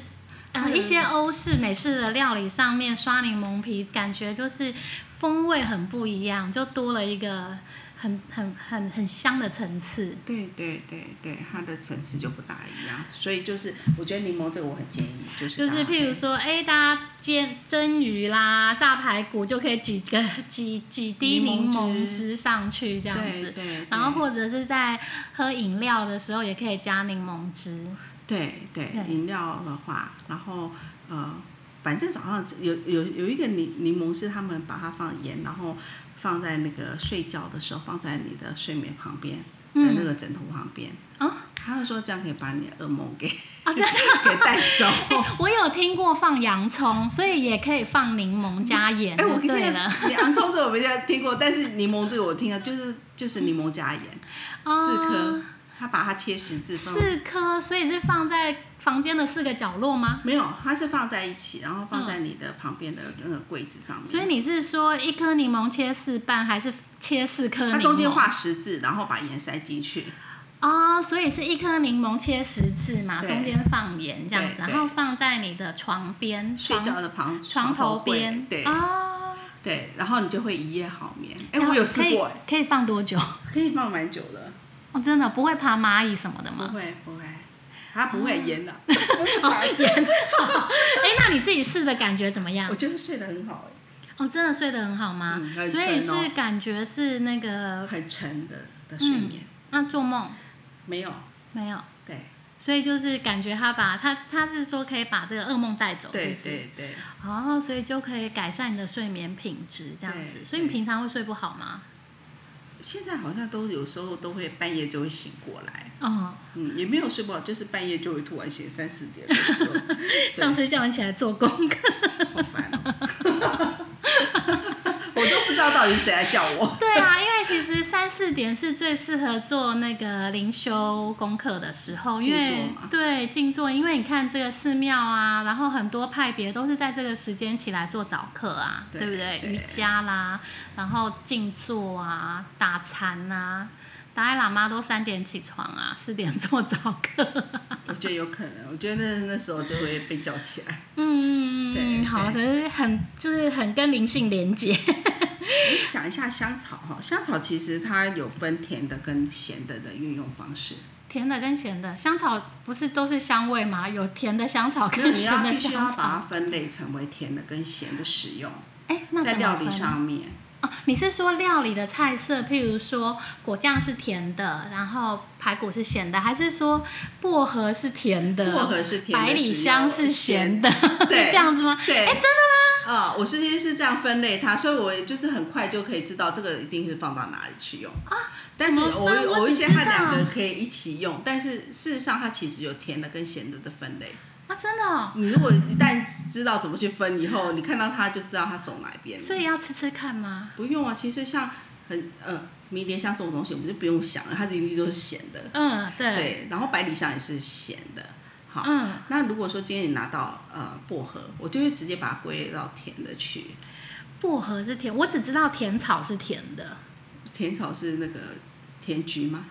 Speaker 1: 呃，
Speaker 2: 嗯
Speaker 1: 一些欧式、美式的料理上面刷柠檬皮，感觉就是风味很不一样，就多了一个很很很很香的层次。
Speaker 2: 对对对对，它的层次就不大一样，所以就是我觉得柠檬这个我很建议，就是啊
Speaker 1: 就
Speaker 2: 大
Speaker 1: 是
Speaker 2: 家
Speaker 1: 譬
Speaker 2: 可
Speaker 1: 如
Speaker 2: 以
Speaker 1: 说，哎、大家煎蒸鱼啦、炸排骨，就可以几个几几滴
Speaker 2: 柠
Speaker 1: 柠
Speaker 2: 檬
Speaker 1: 檬
Speaker 2: 汁
Speaker 1: 汁上去这样
Speaker 2: 对
Speaker 1: 子。
Speaker 2: 对，
Speaker 1: 然后
Speaker 2: 对
Speaker 1: 或者是在喝饮料的时候，也可以加柠檬汁。
Speaker 2: 对对
Speaker 1: 对，
Speaker 2: 饮料的话，然后呃，反正早上有有有一个柠柠檬是他们把它放盐，然后放在那个睡觉的时候放在你的睡眠旁边的那
Speaker 1: 嗯
Speaker 2: 个枕头旁边。
Speaker 1: 啊
Speaker 2: 他们说这样可以把你的噩梦给、
Speaker 1: 啊，真的，
Speaker 2: [LAUGHS] 给带
Speaker 1: [LAUGHS]
Speaker 2: 走。
Speaker 1: 哎我有听过放洋葱，所以也可以放柠檬加盐。
Speaker 2: 哎、我
Speaker 1: 就
Speaker 2: 今
Speaker 1: 对
Speaker 2: 天
Speaker 1: 了，
Speaker 2: 洋葱这我没听过，但是柠檬这个我听了，就是就是柠檬加盐，四颗
Speaker 1: 哦，
Speaker 2: 他把它切十字放
Speaker 1: 四颗，所以是放在房间的四个角落吗？
Speaker 2: 没有，它是放在一起，然后
Speaker 1: 嗯
Speaker 2: 放在你的旁边的那个柜子上面。
Speaker 1: 所以你是说一颗柠檬切四瓣，还是切四颗柠
Speaker 2: 它
Speaker 1: 檬？
Speaker 2: 中间画十字，然后把盐塞进去。
Speaker 1: 哦，所以是一颗柠檬切十字嘛，
Speaker 2: 对
Speaker 1: 中间放盐这样子，
Speaker 2: 对对
Speaker 1: 然后放在你的床边、
Speaker 2: 睡
Speaker 1: 床
Speaker 2: 觉的旁
Speaker 1: 床
Speaker 2: 头
Speaker 1: 头
Speaker 2: 柜
Speaker 1: 边，
Speaker 2: 对、
Speaker 1: 哦。
Speaker 2: 对，然后你就会一夜好眠。哎、
Speaker 1: 然后
Speaker 2: 我有试过、
Speaker 1: 可
Speaker 2: 哎，
Speaker 1: 以，可以放多久？ [LAUGHS]
Speaker 2: 可以放蛮久的，
Speaker 1: 哦，真的不会爬蚂蚁什么的
Speaker 2: 不
Speaker 1: 吗？
Speaker 2: 会不会，它不会淹的、不是打
Speaker 1: 嗯哦盐。哎，那你自己试的感觉怎么样
Speaker 2: [LAUGHS] 我？觉得睡得很好、
Speaker 1: 哦，真的睡得很好吗？
Speaker 2: 嗯很
Speaker 1: 所以
Speaker 2: 沉哦
Speaker 1: 是感觉是那
Speaker 2: 哎
Speaker 1: 个，
Speaker 2: 很沉的的睡眠、
Speaker 1: 那做梦
Speaker 2: 没有，
Speaker 1: 没有？
Speaker 2: 对
Speaker 1: 所以就是感觉他把他他是说可以把这个噩梦带走，是
Speaker 2: 对
Speaker 1: 不是
Speaker 2: 对对，
Speaker 1: 哦，所以就可以改善你的睡眠品质，这样子。
Speaker 2: 对
Speaker 1: 所以你
Speaker 2: 对
Speaker 1: 平常会睡不好吗？
Speaker 2: 现在好像都有时候都会半夜就会醒过来，
Speaker 1: 哦，
Speaker 2: 嗯，也没有睡不好，就是半夜就会突然醒三四点的时候，
Speaker 1: 上次叫你起来做功课。
Speaker 2: 好烦哦、 [LAUGHS] 我都不知道到底谁来叫我。
Speaker 1: 对啊，因为其实三四点是最适合做那个灵修功课的时候，因
Speaker 2: 静坐
Speaker 1: 为
Speaker 2: 嘛
Speaker 1: 对静坐，因为你看这个寺庙啊，然后很多派别都是在这个时间起来做早课啊，
Speaker 2: 对
Speaker 1: 不对？
Speaker 2: 对
Speaker 1: 瑜伽啦，然后静坐啊，打禅啊。达赖喇嘛都三点起床啊， [LAUGHS] 四点做早课。
Speaker 2: 我觉得有可能，我觉得那那时候就会被叫起来。
Speaker 1: 嗯嗯嗯，
Speaker 2: 对
Speaker 1: 好，只是很就是很跟灵性连接。
Speaker 2: 讲一下香草哈，香草其实它有分甜的跟咸的的运用方式，
Speaker 1: 甜的跟咸的，香草不是都是香味吗？有甜的香草
Speaker 2: 可是
Speaker 1: 跟
Speaker 2: 你
Speaker 1: 咸
Speaker 2: 要
Speaker 1: 的
Speaker 2: 必须要
Speaker 1: 香
Speaker 2: 把
Speaker 1: 草。
Speaker 2: 它分类成为甜的跟咸的使用，
Speaker 1: 哎，那
Speaker 2: 在
Speaker 1: 怎么
Speaker 2: 料理
Speaker 1: 分
Speaker 2: 上面，
Speaker 1: 哦，你是说料理的菜色，譬如说果酱是甜的，然后排骨是咸的，还是说薄荷是甜的，
Speaker 2: 薄荷是甜的，
Speaker 1: 百里香是咸
Speaker 2: 咸
Speaker 1: 的， [LAUGHS]
Speaker 2: 对
Speaker 1: 是这样子吗？
Speaker 2: 对
Speaker 1: 哎，真的
Speaker 2: 啊、我是是这样分类它，所以我也就是很快就可以知道这个一定是放到哪里去用啊。但是
Speaker 1: 怎么分
Speaker 2: 我有
Speaker 1: 我
Speaker 2: 我有一
Speaker 1: 只
Speaker 2: 些
Speaker 1: 知
Speaker 2: 它两
Speaker 1: 道
Speaker 2: 个可以一起用，但是事实上它其实有甜的跟咸的的分类。
Speaker 1: 吗？啊，真的哦，
Speaker 2: 你如果一旦知道怎么去分以后，你看到它就知道它走哪边了。
Speaker 1: 所以要吃吃看吗？
Speaker 2: 不用啊，其实像很呃迷迭香这种东西，我们就不用想了，它一定都是咸的。
Speaker 1: 嗯，对，
Speaker 2: 对，然后百里香也是咸的。好，
Speaker 1: 嗯，
Speaker 2: 那如果说今天你拿到呃薄荷，我就会直接把它归类到甜的去。
Speaker 1: 薄荷是甜，我只知道甜草是甜的，
Speaker 2: 甜草是那个甜菊吗？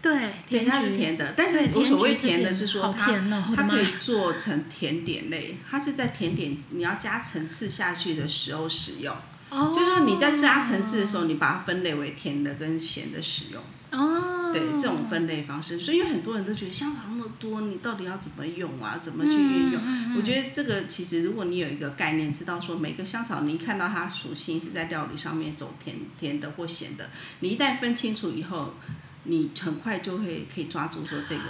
Speaker 1: 对，
Speaker 2: 对，它是
Speaker 1: 橘
Speaker 2: 甜的，但
Speaker 1: 对
Speaker 2: 是我所
Speaker 1: 橘
Speaker 2: 谓
Speaker 1: 是
Speaker 2: 甜的是说
Speaker 1: 好
Speaker 2: 它
Speaker 1: 甜哦，我的
Speaker 2: 它
Speaker 1: 妈
Speaker 2: 可以
Speaker 1: 呀！
Speaker 2: 做成甜点类，它是在甜点你要加层次下去的时候使用。
Speaker 1: 哦
Speaker 2: 就是说你在加层次的时候，你把它分类为甜的跟咸的使用，
Speaker 1: 哦，
Speaker 2: 对这种分类方式。所以有很多人都觉得香草那么多，你到底要怎么用啊？怎么去运用？我觉得这个其实，如果你有一个概念，知道说每个香草，你看到它属性是在料理上面走甜甜的或咸的，你一旦分清楚以后，你很快就会可以抓住说这个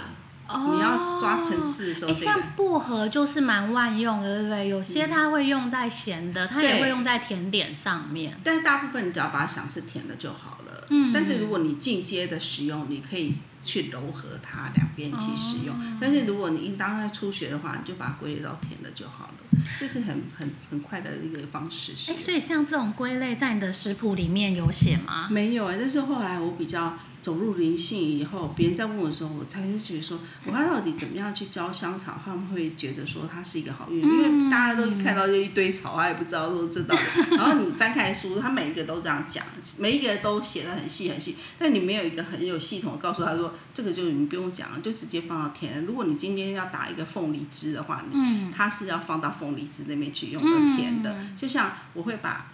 Speaker 1: 哦
Speaker 2: 你要抓层次的时候，
Speaker 1: 诶
Speaker 2: 这个
Speaker 1: 像薄荷就是蛮万用的，对不对？有些它会用在咸的，它也
Speaker 2: 对
Speaker 1: 会用在甜点上面。
Speaker 2: 但大部分你只要把它想是甜的就好了。
Speaker 1: 嗯
Speaker 2: 但是如果你进阶的使用，你可以去柔和它，两边一起使用。但是如果你应当在初学的话，你就把它归类到甜的就好了。这是很很很快的一个方式使
Speaker 1: 哎，
Speaker 2: 用。
Speaker 1: 所以像这种归类在你的食谱里面有写吗？
Speaker 2: 没有哎、但是后来我比较走入灵性以后，别人在问我的时候，我才会觉得说，我他到底怎么样去教香草，他们会觉得说它是一个好运，因为大家都看到就一堆草，他也不知道说这到底。然后你翻开书，他每一个都这样讲，每一个都写的很细很细，但你没有一个很有系统地告诉他说，这个就你不用讲了，就直接放到甜的。如果你今天要打一个凤梨汁的话，你
Speaker 1: 嗯，
Speaker 2: 它是要放到凤梨汁那边去用的甜的，就像我会把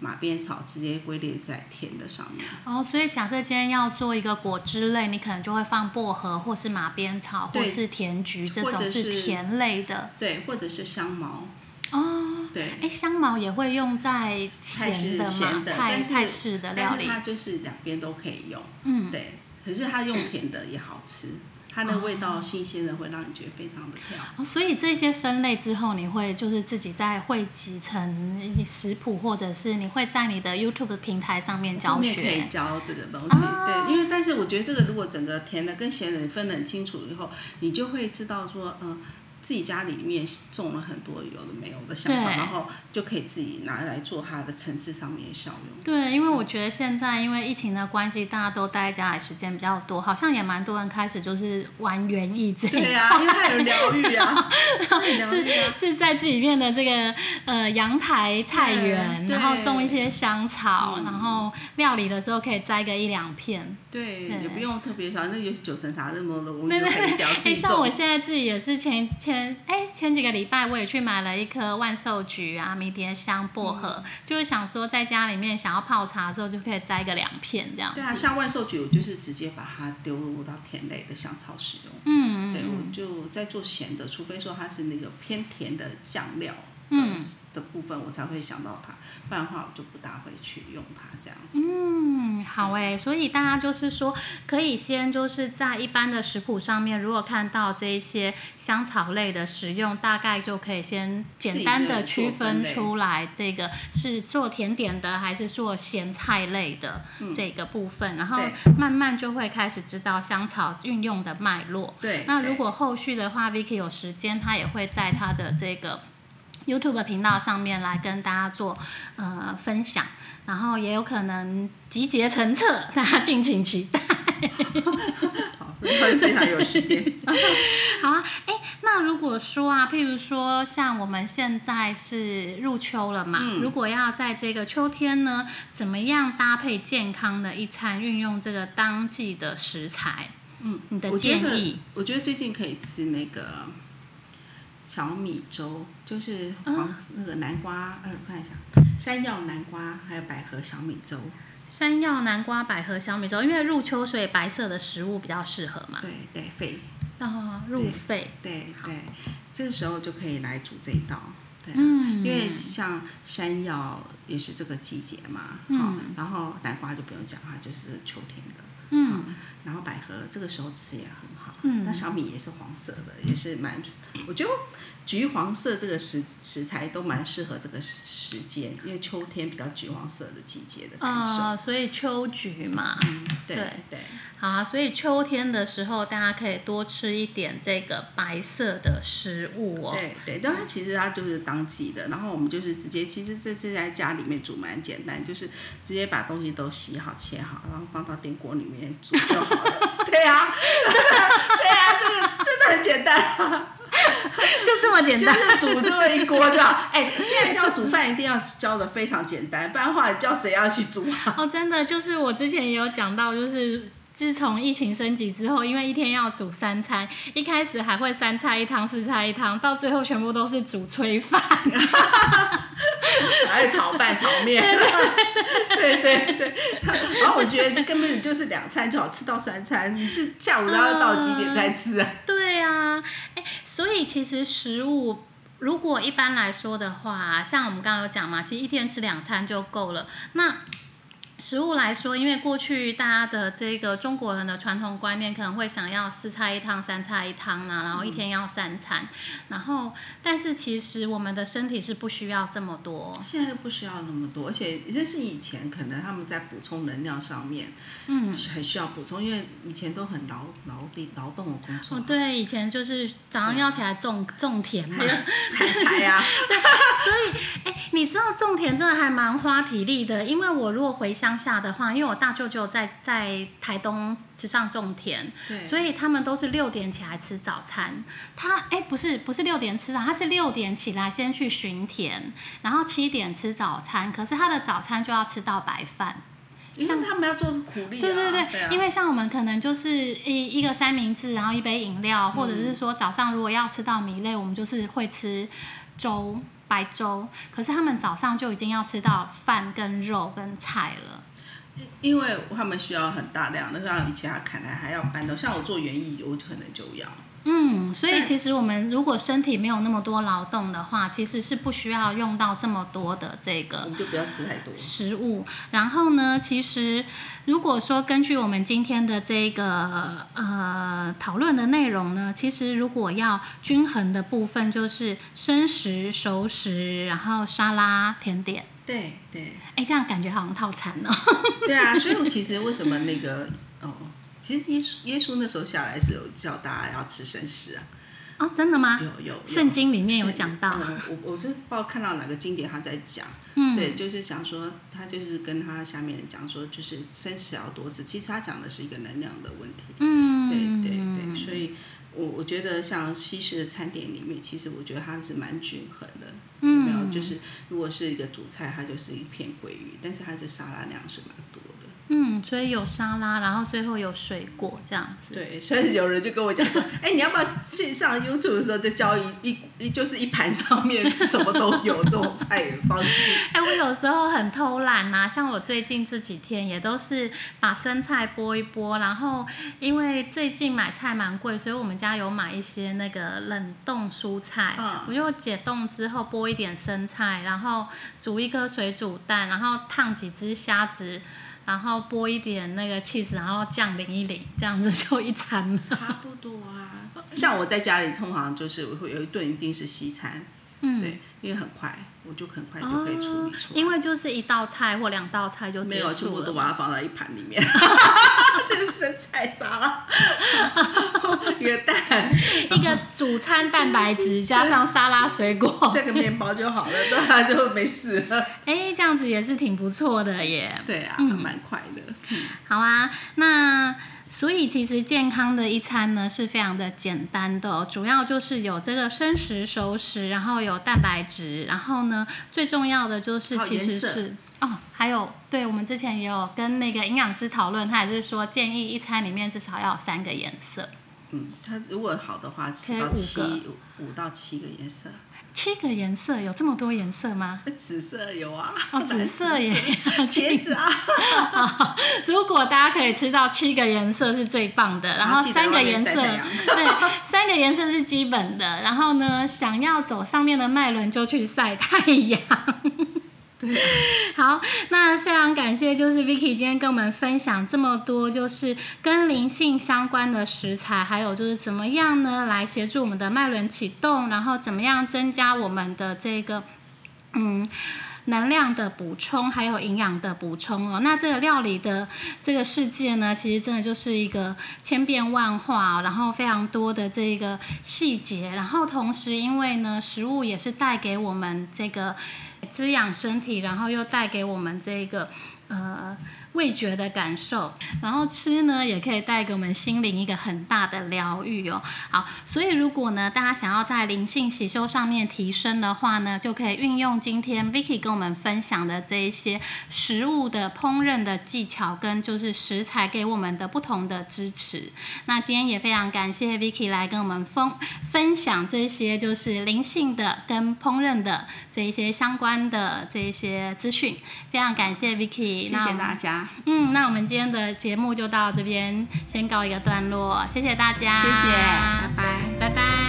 Speaker 2: 马鞭草直接归类在甜的上面。
Speaker 1: 哦，所以假设今天要做一个果汁类，你可能就会放薄荷，或是马鞭草，或
Speaker 2: 对
Speaker 1: 是甜菊这
Speaker 2: 或
Speaker 1: 种
Speaker 2: 者
Speaker 1: 是
Speaker 2: 是
Speaker 1: 甜类的
Speaker 2: 对，或者是香茅，
Speaker 1: 哦。
Speaker 2: 对，
Speaker 1: 哎，香茅也会用在
Speaker 2: 泰
Speaker 1: 咸
Speaker 2: 式
Speaker 1: 的嘛
Speaker 2: 咸，的
Speaker 1: 泰
Speaker 2: 但是
Speaker 1: 泰式的料
Speaker 2: 但是
Speaker 1: 理。
Speaker 2: 它就是两边都可以用，
Speaker 1: 嗯，
Speaker 2: 对。可是它用甜的也好吃，它的味道新鲜的会让你觉得非常的跳。
Speaker 1: 哦，所以这些分类之后，你会就是自己再汇集成食谱，或者是你会在你的 YouTube 的平台上面教
Speaker 2: 后面可以
Speaker 1: 学。
Speaker 2: 教这个东西，
Speaker 1: 啊
Speaker 2: 对，因为但是我觉得这个如果整个甜的跟咸的分得很清楚以后，你就会知道说，嗯、自己家里面种了很多有的没有的香草，
Speaker 1: 对
Speaker 2: 然后就可以自己拿来做它的层次上面的效用。
Speaker 1: 对，因为我觉得现在因为疫情的关系，大家都待在家里时间比较多，好像也蛮多人开始就是玩园艺这一
Speaker 2: 对啊呀、因为它有疗愈
Speaker 1: [LAUGHS]
Speaker 2: 啊，它有疗
Speaker 1: 是
Speaker 2: 愈啊。
Speaker 1: 是在自己面的这个呃阳台菜园，
Speaker 2: 对
Speaker 1: 然后
Speaker 2: 对嗯
Speaker 1: 种一些香草，然后料理的时候可以摘个一两片。
Speaker 2: 对，
Speaker 1: 对
Speaker 2: 也不用特别小，那尤其九层塔那么容易
Speaker 1: 对
Speaker 2: 就
Speaker 1: 对
Speaker 2: 可以
Speaker 1: 对，
Speaker 2: 掉
Speaker 1: 哎、
Speaker 2: 自己
Speaker 1: 像我
Speaker 2: 种。
Speaker 1: 现在自己也是前前哎、前几个礼拜我也去买了一颗万寿菊啊、迷迭香、薄荷，就是想说在家里面想要泡茶的时候就可以摘个两片这样
Speaker 2: 对。啊，像万寿菊，我就是直接把它丢入到甜类的香草使用。
Speaker 1: 嗯
Speaker 2: 对，
Speaker 1: 嗯
Speaker 2: 我就在做咸的，除非说它是那个偏甜的酱料的、
Speaker 1: 嗯
Speaker 2: 的部分，我才会想到它，不然的话我就不大会去用它这样子。
Speaker 1: 嗯，好哎、所以大家就是说可以先就是在一般的食谱上面，如果看到这一些香草类的食用，大概就可以先简单的区分出来，这个是做甜点的还是做咸菜类的这个部分，然后慢慢就会开始知道香草运用的脉络。
Speaker 2: 对，
Speaker 1: 那
Speaker 2: 对
Speaker 1: 如果后续的话，Vicky 有时间，他也会在他的这个 YouTube 频道上面来跟大家做呃分享，然后也有可能集结成册，大家敬请期待。 [LAUGHS]
Speaker 2: 好，非常有时间。
Speaker 1: 好啊，哎，那如果说啊，譬如说像我们现在是入秋了嘛，
Speaker 2: 嗯
Speaker 1: 如果要在这个秋天呢，怎么样搭配健康的一餐，运用这个当季的食材？嗯，你的
Speaker 2: 我觉
Speaker 1: 建
Speaker 2: 得
Speaker 1: 议，
Speaker 2: 我觉得最近可以吃那个小米粥，就是
Speaker 1: 啊
Speaker 2: 黄、那个南瓜，呃，我看一下，山药南瓜还有百合小米粥。
Speaker 1: 山药、南瓜、百合、小米粥，因为入秋，所以白色的食物比较适合嘛。
Speaker 2: 对对，肺，
Speaker 1: 啊、入肺，
Speaker 2: 对对，这个时候就可以来煮这一道。对啊、
Speaker 1: 嗯，
Speaker 2: 因为像山药也是这个季节嘛，
Speaker 1: 嗯
Speaker 2: 哦然后南瓜就不用讲，它就是秋天的。
Speaker 1: 嗯
Speaker 2: 然后百合这个时候吃也很好，
Speaker 1: 嗯
Speaker 2: 那小米也是黄色的，也是蛮，我觉得橘黄色这个食食材都蛮适合这个时间，因为秋天比较橘黄色的季节的感受，
Speaker 1: 啊、所以秋菊嘛，
Speaker 2: 嗯，对
Speaker 1: 对
Speaker 2: 对
Speaker 1: 好啊，所以秋天的时候，大家可以多吃一点这个白色的食物哦。
Speaker 2: 对对，但它其实它就是当季的，然后我们就是直接，其实这这在家里面煮蛮简单，就是直接把东西都洗好切好，然后放到电锅里面煮就好了。 [LAUGHS] 对啊， [LAUGHS] 对啊，这个真的很简单啊。
Speaker 1: 就这么简
Speaker 2: [LAUGHS] 就
Speaker 1: 单。
Speaker 2: 是煮这么一锅就好。哎、现在叫煮饭一定要教的非常简单，不然的话你叫谁要去煮啊？ [LAUGHS]
Speaker 1: 哦，真的，就是我之前也有讲到，就是。自从疫情升级之后，因为一天要煮三餐，一开始还会三菜一汤、四菜一汤，到最后全部都是煮炊饭。
Speaker 2: 还有炒饭、炒面，对 [LAUGHS] 对对。然后我觉得这根本就是两餐就好，吃到三餐，你就下午都要到几点再吃啊？
Speaker 1: 对啊，哎，所以其实食物如果一般来说的话，像我们刚刚有讲嘛，其实一天吃两餐就够了。那食物来说，因为过去大家的这个中国人的传统观念可能会想要四菜一汤、三菜一汤啦、然后一天要三餐，然后但是其实我们的身体是不需要这么多，
Speaker 2: 现在不需要那么多，而且这是以前可能他们在补充能量上面，嗯，很需要补充，因为以前都很劳劳力劳动的工作、
Speaker 1: 哦，，对，以前就是早上要起来种种田嘛
Speaker 2: 还，要 [LAUGHS] 砍
Speaker 1: [LAUGHS]
Speaker 2: 柴啊，
Speaker 1: 哎、你知道种田真的还蛮花体力的，因为我如果回乡下的话，因为我大舅舅在在台东之上种田，
Speaker 2: 对，
Speaker 1: 所以他们都是六点起来吃早餐。他哎、不是不是六点吃早，他是六点起来先去巡田，然后七点吃早餐。可是他的早餐就要吃到白饭。
Speaker 2: 因为他们要做苦力、啊，
Speaker 1: 对对
Speaker 2: 对
Speaker 1: 对，
Speaker 2: 啊、
Speaker 1: 因为像我们可能就是一一个三明治，然后一杯饮
Speaker 2: 嗯
Speaker 1: 料，或者是说早上如果要吃到米类，我们就是会吃粥。白粥，可是他们早上就已经要吃到饭、跟肉、跟菜了。
Speaker 2: 因为他们需要很大量的，像以前他砍来还要搬动，像我做园艺，我可能就要，
Speaker 1: 嗯，所以
Speaker 2: 对
Speaker 1: 其实我们如果身体没有那么多劳动的话，其实是不需要用到这么多的这个
Speaker 2: 我们就不要吃太多，
Speaker 1: 食物。然后呢，其实如果说根据我们今天的这个呃讨论的内容呢，其实如果要均衡的部分，就是生食、熟食，然后沙拉、甜点。
Speaker 2: 对对
Speaker 1: 哎，这样感觉好像套餐哦。 [LAUGHS]
Speaker 2: 对啊，所以我其实为什么那个哦，其实耶稣耶稣那时候下来是有叫大家要吃生食啊，
Speaker 1: 哦，真的吗？
Speaker 2: 有有有
Speaker 1: 圣经里面有讲到。
Speaker 2: 嗯、我我就是不知道看到哪个经典他在讲，
Speaker 1: 嗯
Speaker 2: 对，就是讲说他就是跟他下面讲说，就是生死要多次。其实他讲的是一个能量的问题，对
Speaker 1: 嗯，
Speaker 2: 对对，所以我我觉得像西式的餐点里面，其实我觉得它是蛮均衡的，有没有？就是如果是一个主菜，它就是一片鲑鱼，但是它的沙拉量是蛮多的。
Speaker 1: 嗯，所以有沙拉，然后最后有水果这样子。
Speaker 2: 对，所以有人就跟我讲说，哎、你要不要去上 YouTube 的时候就教一一一就是一盘上面什么都有这种菜的方式？
Speaker 1: 哎、我有时候很偷懒呐、像我最近这几天也都是把生菜剥一剥，然后因为最近买菜蛮贵，所以我们家有买一些那个冷冻蔬菜，
Speaker 2: 嗯
Speaker 1: 我就解冻之后剥一点生菜，然后煮一颗水煮蛋，然后烫几只虾子。然后剥一点那个 cheese，然后酱淋一淋，这样子就一餐了。
Speaker 2: 差不多啊。像我在家里通常就是我会有一顿一定是西餐，
Speaker 1: 嗯，
Speaker 2: 对，因为很快，我就很快就可以处理出来，
Speaker 1: 因为就是一道菜或两道菜就
Speaker 2: 没
Speaker 1: 哦结
Speaker 2: 有全
Speaker 1: 束
Speaker 2: 部
Speaker 1: 了。
Speaker 2: 都把它放在一盘里
Speaker 1: [LAUGHS]
Speaker 2: 面，就是生菜沙拉， [LAUGHS] 一个蛋，
Speaker 1: 一个主餐蛋白质加上沙拉水果，
Speaker 2: [LAUGHS] 这个面包就好了，对啊，就没事了。
Speaker 1: 哎，这样子也是挺不错的耶。
Speaker 2: 对啊，蛮快的。
Speaker 1: 好啊，那所以其实健康的一餐呢是非常的简单的哦、主要就是有这个生食、熟食，然后有蛋白质，然后呢最重要的就是
Speaker 2: 还有
Speaker 1: 其
Speaker 2: 颜
Speaker 1: 实
Speaker 2: 色
Speaker 1: 是哦，还有对我们之前也有跟那个营养师讨论，他也是说建议一餐里面至少要有三个颜色，
Speaker 2: 嗯，它如果好的话，吃到
Speaker 1: 可以五
Speaker 2: 七
Speaker 1: 个
Speaker 2: 五到七个颜色，
Speaker 1: 七个颜色有这么多颜色吗？
Speaker 2: 那紫色
Speaker 1: [LAUGHS]
Speaker 2: 有啊，
Speaker 1: 哦，紫色也要
Speaker 2: 茄子啊，
Speaker 1: [LAUGHS] 如果大家可以吃到七个颜色是最棒的，然后
Speaker 2: 记得
Speaker 1: 三个
Speaker 2: 外面
Speaker 1: 颜色，
Speaker 2: 晒太阳
Speaker 1: [LAUGHS] 对，三个颜色是基本的。然后呢，想要走上面的脉轮就去晒太阳。
Speaker 2: 啊
Speaker 1: [LAUGHS] 好，那非常感谢，就是 Vicky 今天跟我们分享这么多，就是跟灵性相关的食材，还有就是怎么样呢，来协助我们的脉轮启动，然后怎么样增加我们的这个，嗯。能量的补充，还有营养的补充哦。那这个料理的这个世界呢，其实真的就是一个千变万化哦、然后非常多的这个细节，然后同时因为呢，食物也是带给我们这个滋养身体，然后又带给我们这个呃味觉的感受，然后吃呢也可以带给我们心灵一个很大的疗愈哦。好，所以如果呢大家想要在灵性喜修上面提升的话呢，就可以运用今天 Vicky 跟我们分享的这一些食物的烹饪的技巧跟就是食材给我们的不同的支持。那今天也非常感谢 Vicky 来跟我们分分享这些就是灵性的跟烹饪的这一些相关的这一些资讯，非常感谢 Vicky，
Speaker 2: 谢谢大家，
Speaker 1: 嗯，那我们今天的节目就到这边，先告一个段落，谢谢大家，
Speaker 2: 谢谢，拜拜。
Speaker 1: 拜拜。